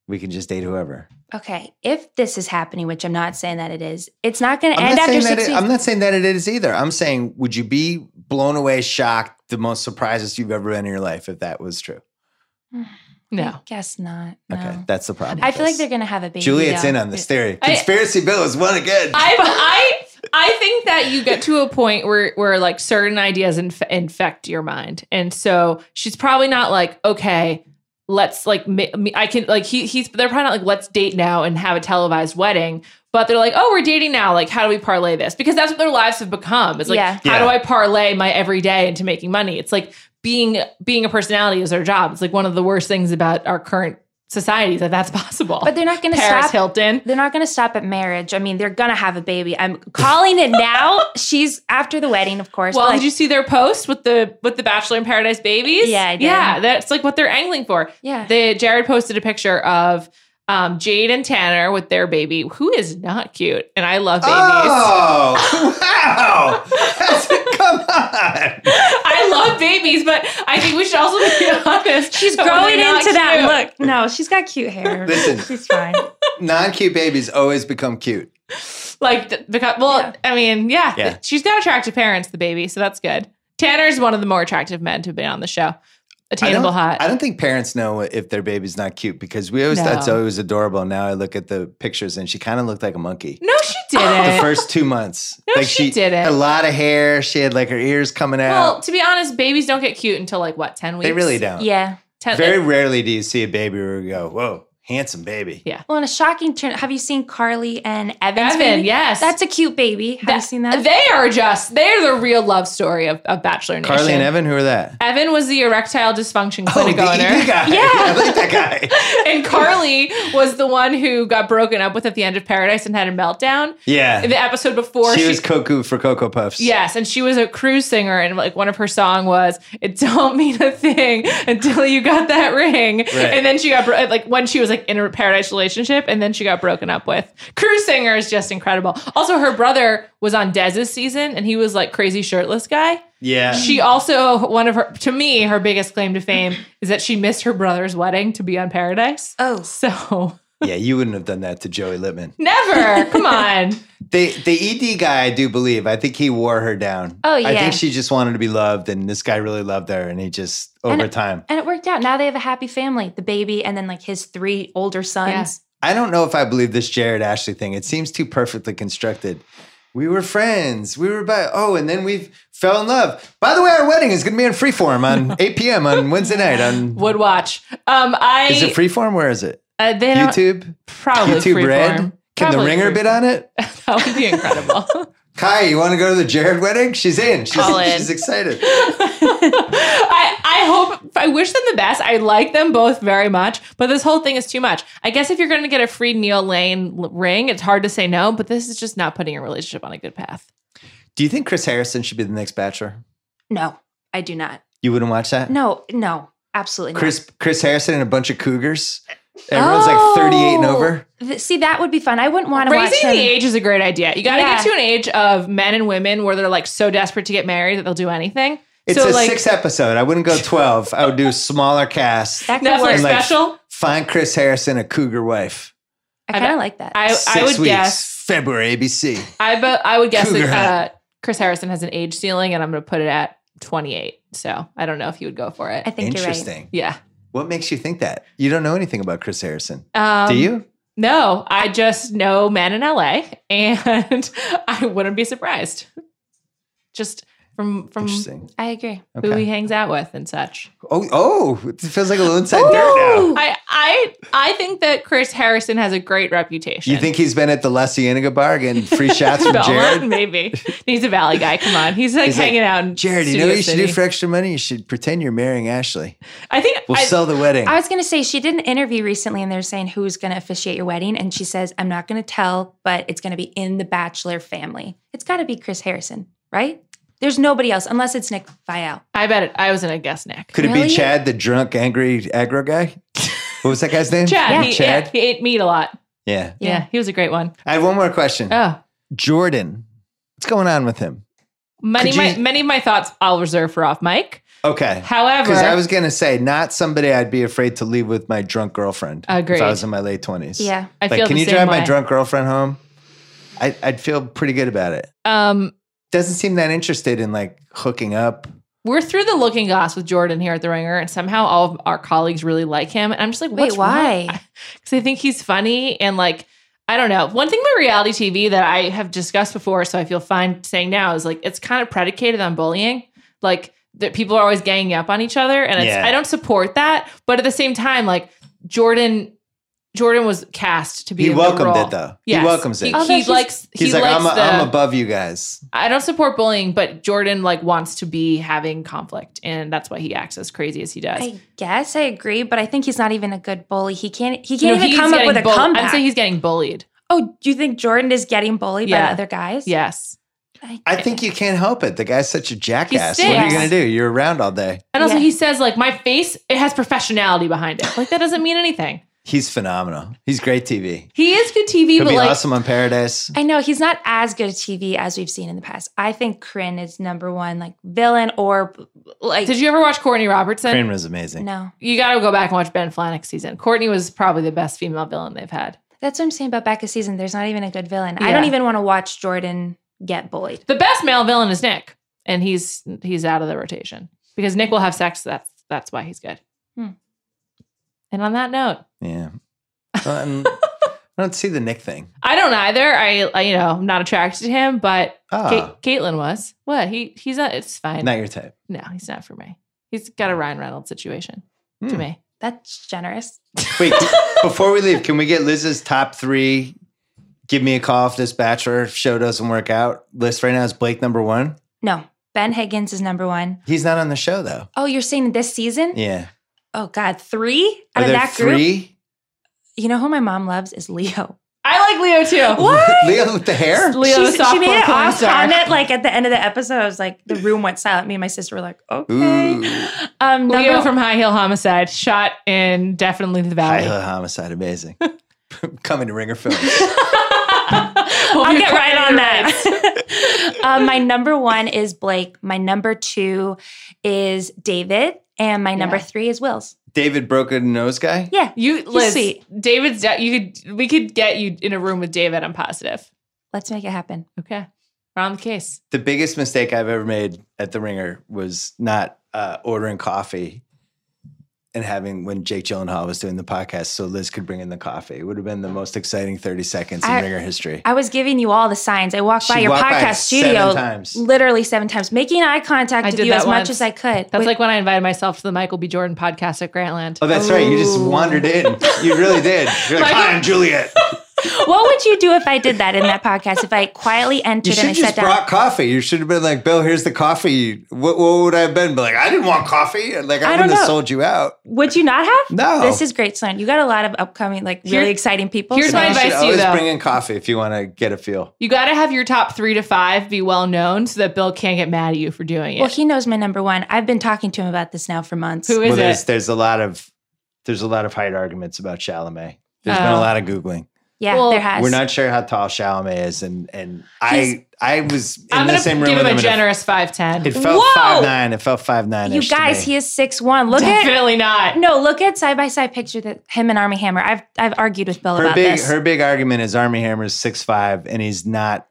S3: we can just date whoever.
S2: Okay, if this is happening, which I'm not saying that it is, it's not going to
S3: I'm
S2: end
S3: not
S2: after
S3: saying
S2: six
S3: that. It,
S2: weeks.
S3: I'm not saying that it is either. I'm saying, would you be blown away, shocked, the most surprised you've ever been in your life if that was true?
S1: No.
S2: I guess not. No.
S3: Okay, that's the problem.
S2: I
S3: with
S2: feel like
S3: this.
S2: they're going to have a baby.
S3: Juliet's
S2: though.
S3: in on this theory.
S1: I-
S3: Conspiracy Bill has won again.
S1: I I I think that you get to a point where where like certain ideas inf- infect your mind, and so she's probably not like okay. Let's like ma- me- I can like he he's they're probably not like let's date now and have a televised wedding, but they're like oh we're dating now like how do we parlay this because that's what their lives have become it's like
S2: Yeah.
S1: how do
S3: Yeah.
S1: I parlay my everyday into making money it's like being being a personality is their job it's like one of the worst things about our current society that that's possible.
S2: But they're not going to
S1: Paris
S2: stop.
S1: Hilton.
S2: They're not going to stop at marriage. I mean, they're going to have a baby. I'm calling it now. She's after the wedding, of course.
S1: Well,
S2: but, like,
S1: did you see their post with the with the Bachelor in Paradise babies?
S2: Yeah, I did.
S1: yeah, that's like what they're angling for.
S2: yeah.
S1: The Jared posted a picture of um, Jade and Tanner with their baby, who is not cute, and I love babies.
S3: Oh, wow. That's, come on.
S1: I love babies, but I think we should also be honest.
S2: She's
S1: that when
S2: growing
S1: they're not
S2: into that
S1: cute-
S2: look. No, she's got cute hair.
S3: Listen.
S2: she's fine.
S3: Non cute babies always become cute.
S1: Like th- because well,
S2: Yeah.
S1: I mean, yeah,
S3: Yeah.
S1: th- she's got attractive parents, the baby, so that's good. Tanner's one of the more attractive men to have been on the show. Attainable
S3: I don't-
S1: hot.
S3: I don't think parents know if their baby's not cute because we always thought
S1: No.
S3: Zoe was adorable. Now I look at the pictures and she kind of looked like a monkey.
S1: no, she
S3: The
S1: didn't.
S3: first two months,
S1: No,
S3: like
S1: she didn't.
S3: had a lot of hair. She had like her ears coming
S1: well,
S3: out.
S1: to be honest, babies don't get cute until like what ten weeks.
S3: they really don't.
S2: Yeah.
S1: Ten,
S3: Very rarely do you see a baby where you go, "Whoa, handsome baby."
S1: Yeah.
S2: Well, in a shocking turn, have you seen Carly and Evan's
S1: Evan,
S2: baby?
S1: yes,
S2: That's a cute baby. Have you
S1: That-
S2: seen that?
S1: They are just they're the real love story of, of Bachelor Nation.
S3: Carly and Evan, who are that?
S1: Evan was the erectile dysfunction
S3: Oh, the
S1: clinic owner.
S3: ED guy.
S2: Yeah.
S3: I like that guy.
S1: and Carly was the one who got broken up with at the end of Paradise and had a meltdown.
S3: Yeah,
S1: In the episode before,
S3: she, was cuckoo for Cocoa Puffs.
S1: yes, and she was a cruise singer, and like one of her song was "It don't mean a thing until you got that ring." And then she got bro- uh, like when she was like in a Paradise relationship, and then she got broken up with. Cruise singer is just incredible. Also, her brother was on Dez's season, and he was like crazy shirtless guy.
S3: yeah.
S1: She also one of her to me her biggest claim to fame is that she missed her brother's wedding to be on Paradise.
S2: Oh.
S1: So
S3: yeah, you wouldn't have done that to Joey Littman.
S1: never. Come on.
S3: The the ED guy, I do believe. I think he wore her down.
S2: Oh,
S3: I
S2: yeah.
S3: think she just wanted to be loved, and this guy really loved her, and he just over
S2: And-
S3: time.
S2: And it worked out. Now they have a happy family. The baby and then like his three older sons.
S3: I don't know if I believe this Jared Ashley thing. It seems too perfectly constructed. We were friends. We were by oh, and then we fell in love. By the way, our wedding is going to be on Freeform on 8 p.m. on Wednesday night. On
S1: Would watch. Um, I
S3: is it Freeform? Where is it?
S1: uh, they don't-
S3: YouTube.
S1: probably
S3: YouTube
S1: freeform.
S3: Red. Can the
S1: Probably
S3: ringer bid
S1: freeform.
S3: on it?
S1: That would be incredible.
S3: Kai, you want to go to the Jared wedding? She's in. She's,
S1: Call in.
S3: she's excited.
S1: I I hope I wish them the best. I like them both very much, but this whole thing is too much. I guess if you're going to get a free Neil Lane l- ring, it's hard to say no. But this is just not putting a relationship on a good path.
S3: Do you think Chris Harrison should be the next Bachelor?
S2: No, I do not.
S3: You wouldn't watch that?
S2: No, no, absolutely not.
S3: Chris Chris Harrison and a bunch of cougars. Everyone's like 38 and
S1: Oh.
S3: over.
S2: Th- See, that would be fun. I wouldn't want to watch
S1: Raising
S2: them.
S1: the age is a great idea. You got to
S2: Yeah.
S1: get to an age of men and women where they're like so desperate to get married that they'll do anything.
S3: It's
S1: so
S3: a
S1: like
S3: six episode. I wouldn't go 12. I would do a smaller cast.
S2: That could
S1: Netflix
S2: work.
S3: And, like,
S1: special.
S3: Find Chris Harrison a cougar wife.
S2: I kind of like that.
S1: I,
S3: Six
S1: I would
S3: weeks,
S1: guess
S3: February ABC.
S1: I bet I would guess
S3: Cougar
S1: that
S3: hat.
S1: uh, Chris Harrison has an age ceiling, and I'm going to put it at 28. So I don't know if you would go for it.
S2: I think you're right.
S3: Interesting.
S1: yeah.
S3: What makes you think that? You don't know anything about Chris Harrison.
S1: Um,
S3: do you?
S1: No, I just know men in LA, and I wouldn't be surprised. Just from from
S3: Interesting.
S2: I agree.
S1: who he
S3: Okay.
S1: hangs out with and such.
S3: Oh, oh, it feels like a little inside dirt now.
S1: I I I think that Chris Harrison has a great reputation.
S3: You think he's been at the La Cienega bar getting free shots from
S1: Belmont?
S3: Jared?
S1: Maybe he's a Valley guy. Come on, he's like
S3: He's like,
S1: hanging out. In
S3: Jared, you know
S1: Studio
S3: what you should do
S1: City."
S3: for extra money? You should pretend you're marrying Ashley.
S1: I think
S3: We'll
S1: I-
S3: sell the wedding.
S2: I was going to say she did an interview recently and they're saying who's going to officiate your wedding and she says I'm not going to tell but it's going to be in the bachelor family. It's got to be Chris Harrison, right? There's nobody else unless it's Nick Vial.
S1: I bet it, I was in a guess, Nick.
S3: Could it be
S2: Really?
S3: Chad, the drunk, angry aggro guy? What was that guy's name?
S1: Chad,
S2: Yeah.
S1: He,
S3: Chad?
S1: He, ate meat a lot.
S3: Yeah.
S1: Yeah. he was a great one.
S3: I have one more question.
S1: Oh,
S3: Jordan, what's going on with him?
S1: many
S3: Could
S1: my,
S3: you-
S1: many of my thoughts I'll reserve for off mic.
S3: Okay.
S1: However,
S3: Because I was going to say, not somebody I'd be afraid to leave with my drunk girlfriend.
S1: Agreed.
S3: If I was in my late 20s.
S2: Yeah.
S1: I
S3: Like,
S1: feel
S3: can
S1: the
S3: you
S1: same
S3: drive
S1: way.
S3: my drunk girlfriend home? I, I'd feel pretty good about it.
S1: um,
S3: Doesn't seem that interested in like hooking up.
S1: we're through the looking glass with Jordan here at the Ringer, and somehow all of our colleagues really like him. And I'm just like,
S2: Wait,
S1: What's
S2: why?
S1: Because I think he's funny and like. I don't know. One thing about reality TV that I have discussed before, so I feel fine saying now, is like it's kind of predicated on bullying. Like that people are always ganging up on each other, and it's,
S3: Yeah.
S1: I don't support that. But at the same time, like Jordan Jordan was cast to be.
S3: He
S1: in
S3: welcomed
S1: the role.
S3: it though.
S1: Yes.
S3: He welcomes it.
S1: He,
S2: Oh,
S1: he
S2: that's-
S1: likes.
S3: he's
S1: he
S3: like,
S1: likes
S3: I'm, a,
S1: the,
S3: I'm above you guys.
S1: I don't support bullying, but Jordan like wants to be having conflict, and that's why he acts as crazy as he does.
S2: I guess I agree, but I think he's not even a good bully. He can't. He
S1: No,
S2: can't even
S1: he's
S2: come up
S1: getting
S2: with a
S1: bull-
S2: comeback.
S1: I'd say he's getting bullied.
S2: oh, do you think Jordan is getting bullied
S1: Yeah.
S2: by other guys?
S1: Yes,
S3: I think you can't help it. The guy's such a jackass. What are you
S1: stinks.
S3: gonna do? You're around all day.
S1: and also
S2: Yeah.
S1: he says like my face it has professionality behind it. Like that doesn't mean anything.
S3: He's phenomenal. He's great TV.
S1: He is good TV,
S3: He'll
S1: but
S3: be
S1: like
S3: awesome on Paradise.
S2: I know he's not as good at TV as we've seen in the past. I think Kryn is number one, like villain or like.
S1: Did you ever watch Courtney Robertson?
S3: Crane was amazing.
S2: no,
S1: You got to go back and watch Ben Flanick's season. Courtney was probably the best female villain they've had.
S2: that's what I'm saying about back a season. There's not even a good villain. I
S1: Yeah.
S2: don't even want to watch Jordan get bullied.
S1: The best male villain is Nick, and he's he's out of the rotation because Nick will have sex. That's that's why he's good.
S2: Hmm.
S1: And on that note,
S3: Yeah. Um, I don't see the Nick thing.
S1: I don't either. I, I you know I'm not attracted to him, but
S3: Ah,
S1: Kate, Caitlin was. What he he's not. It's fine.
S3: not your type.
S1: No, he's not for me. He's got a Ryan Reynolds situation to
S3: Hmm.
S1: me.
S2: That's generous.
S3: Wait, before we leave, can we get Liz's top three? Give me a call if this bachelor show doesn't work out. List right now is Blake number one.
S2: No, Ben Higgins is number one.
S3: He's not on the show though.
S2: Oh, you're saying this season?
S3: Yeah.
S2: Oh God, three
S3: Are
S2: out of
S3: there
S2: that group.
S3: three?
S2: You know who my mom loves is Leo.
S1: I like Leo too.
S3: Leo with the hair?
S1: Leo the
S2: She's- she
S1: sophomore
S2: made an
S1: porn
S2: off
S1: star.
S2: comment like at the end of the episode. I was like, the room went silent. Me and my sister were like, okay.
S3: Ooh.
S2: Um, number
S1: Leo from High Heel Homicide, shot in definitely the Valley.
S3: High heel homicide, amazing. Coming to Ringer Films.
S2: I'll get right on that. um, my number one is Blake. My number two is David, and my number
S1: Yeah.
S2: three is Will's.
S3: David broken nose guy.
S2: Yeah,
S1: You, Liz,
S2: sweet.
S1: David's. De- you could. We could get you in a room with David. I'm positive.
S2: let's make it happen.
S1: Okay, we're on the case.
S3: The biggest mistake I've ever made at the Ringer was not uh, ordering coffee and having when Jake Gyllenhaal was doing the podcast, so Liz could bring in the coffee. It would have been the most exciting thirty seconds in
S2: I-
S3: Ringer history.
S2: I was giving you all the signs. I walked by
S3: She
S2: your
S3: walked by
S2: podcast studio
S3: seven times.
S2: literally seven times, making eye contact
S1: I
S2: with
S1: did
S2: you
S1: that
S2: as
S1: once.
S2: much as I could.
S1: That's
S2: Wait,
S1: like when I invited myself to the Michael B. Jordan podcast at Grantland.
S3: Oh, that's right. You just wandered in. You really did. You're like,
S1: Michael-
S3: "Hi, I'm Juliet."
S2: what would you do if I did that in that podcast? If I quietly entered
S3: You
S2: and
S3: should
S2: I
S3: have
S2: sat
S3: just
S2: down.
S3: brought coffee. You should have been like, "Bill, here's the coffee." What, what would I have been? Be like, "I didn't want coffee." Like, I,
S2: I don't
S3: wouldn't have
S2: know.
S3: sold you out.
S2: would you not have?
S3: No.
S2: This is great, son. You got a lot of upcoming, like
S1: Here-
S2: really exciting people.
S1: here's
S2: so-
S1: my
S3: You should
S1: advice to you,
S3: always
S1: though.
S3: bring in coffee if you want to get a feel.
S1: You got to have your top three to five be well known so that Bill can't get mad at you for doing it.
S2: Well, he knows my number one. I've been talking to him about this now for months.
S1: Who is
S3: well, there's
S1: it?
S3: there's a lot of there's a lot of height arguments about Chalamet. There's been
S1: Oh.
S3: a lot of googling.
S2: Yeah,
S1: Well,
S2: there has.
S3: We're not sure how tall Chalamet is, and and
S2: He's-
S3: I I was in
S1: I'm
S3: the
S1: gonna
S3: same
S1: give him
S3: room with
S1: a
S3: him. and
S1: generous five ten.
S3: It felt
S2: Whoa!
S3: five nine. It felt five nine.
S2: you guys, he is six one. Look at
S1: Definitely not.
S2: no, look at side by side picture that him and Army Hammer. I've I've argued with Bill
S3: her
S2: about
S3: big
S2: this.
S3: her big argument is Army Hammer's six five, and he's not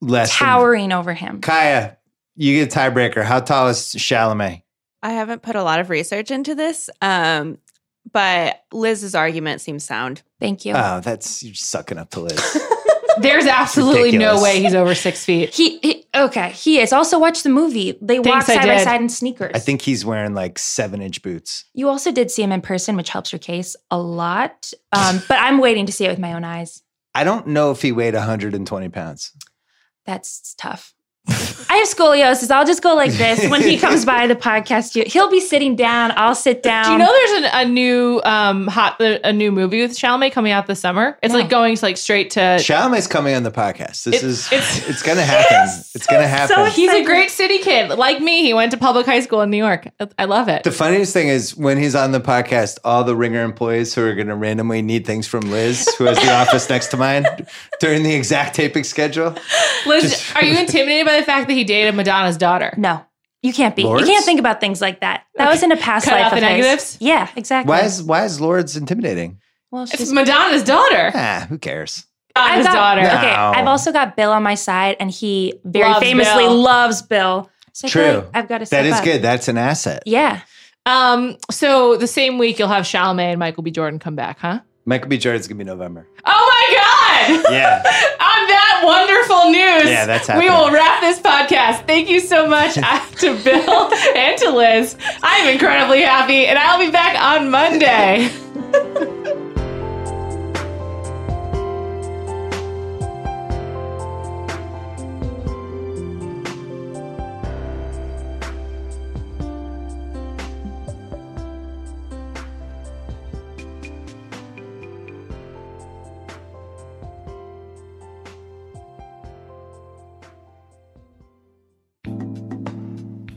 S3: less
S2: towering over him.
S3: Than, Kaya, you get a tiebreaker. How tall is Chalamet?
S4: I haven't put a lot of research into this, um, but Liz's argument seems sound.
S2: Thank you.
S3: Oh, that's you're sucking up to Liz.
S1: There's absolutely no
S3: ridiculous.
S1: way he's over six feet.
S2: he, he okay. He is also watch the movie. They walk
S1: Thinks I
S2: side by
S1: did.
S2: side in sneakers.
S3: I think he's wearing like seven inch boots.
S2: you also did see him in person, which helps your case a lot. Um, but I'm waiting to see it with my own eyes.
S3: I don't know if he weighed 120 pounds.
S2: That's tough. I have scoliosis. I'll just go like this when he comes by the podcast. you- He'll be sitting down. I'll sit down.
S1: Do you know there's an, a new um hot a new movie with Chalamet coming out this summer? It's
S2: No.
S1: like going like straight to.
S3: Chalamet's coming on the podcast.
S1: It-
S3: This is
S1: Uh, it's-
S3: it's, gonna happen. It's gonna happen.
S1: He's a great city kid like me. He went to public high school in New York. I love it.
S3: the funniest thing is when he's on the podcast, all the ringer employees who are gonna randomly need things from Liz, who has the office next to mine, during the exact taping schedule.
S1: Liz, are you intimidated by the fact that he dated Madonna's daughter?
S2: No, you can't be. You
S3: Lords?
S2: can't think about things like that. That was in a past
S1: Cut
S2: life
S1: out
S2: of
S1: the
S2: his.
S1: negatives?
S2: Yeah, exactly.
S3: Why is why is Lords intimidating?
S2: well,
S1: It's
S2: she's
S1: Madonna's daughter.
S3: Ah, who cares?
S1: Madonna's
S2: got-
S1: daughter.
S3: No.
S2: okay. I've also got Bill on my side, and he very
S1: Loves
S2: famously
S1: Bill.
S2: loves Bill. So I feel
S3: True.
S2: like I've got to.
S3: That
S2: step
S3: is
S2: up.
S3: good. That's an asset.
S2: Yeah,
S1: Um, so the same week you'll have Chalamet and Michael B. Jordan come back, huh?
S3: Michael B. Jordan's gonna be November.
S1: Oh my God!
S3: Yeah.
S1: On that wonderful news,
S3: Yeah, that's
S1: we
S3: happening.
S1: will wrap this podcast. Thank you so much uh, to Bill and to Liz. I'm incredibly happy, and I'll be back on Monday.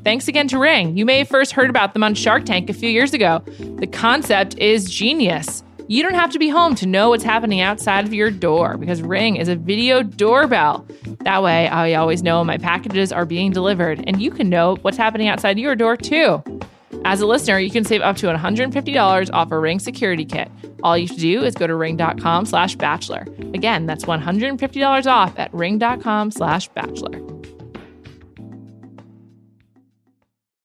S1: Thanks again to Ring. You may have first heard about them on Shark Tank a few years ago. The concept is genius. You don't have to be home to know what's happening outside of your door because Ring is a video doorbell. That way, I always know when my packages are being delivered, and you can know what's happening outside your door too. As a listener, you can save up to $150 off a Ring security kit. All you have to do is go to ring.com slash bachelor. Again, that's $150 off at ring.com slash bachelor.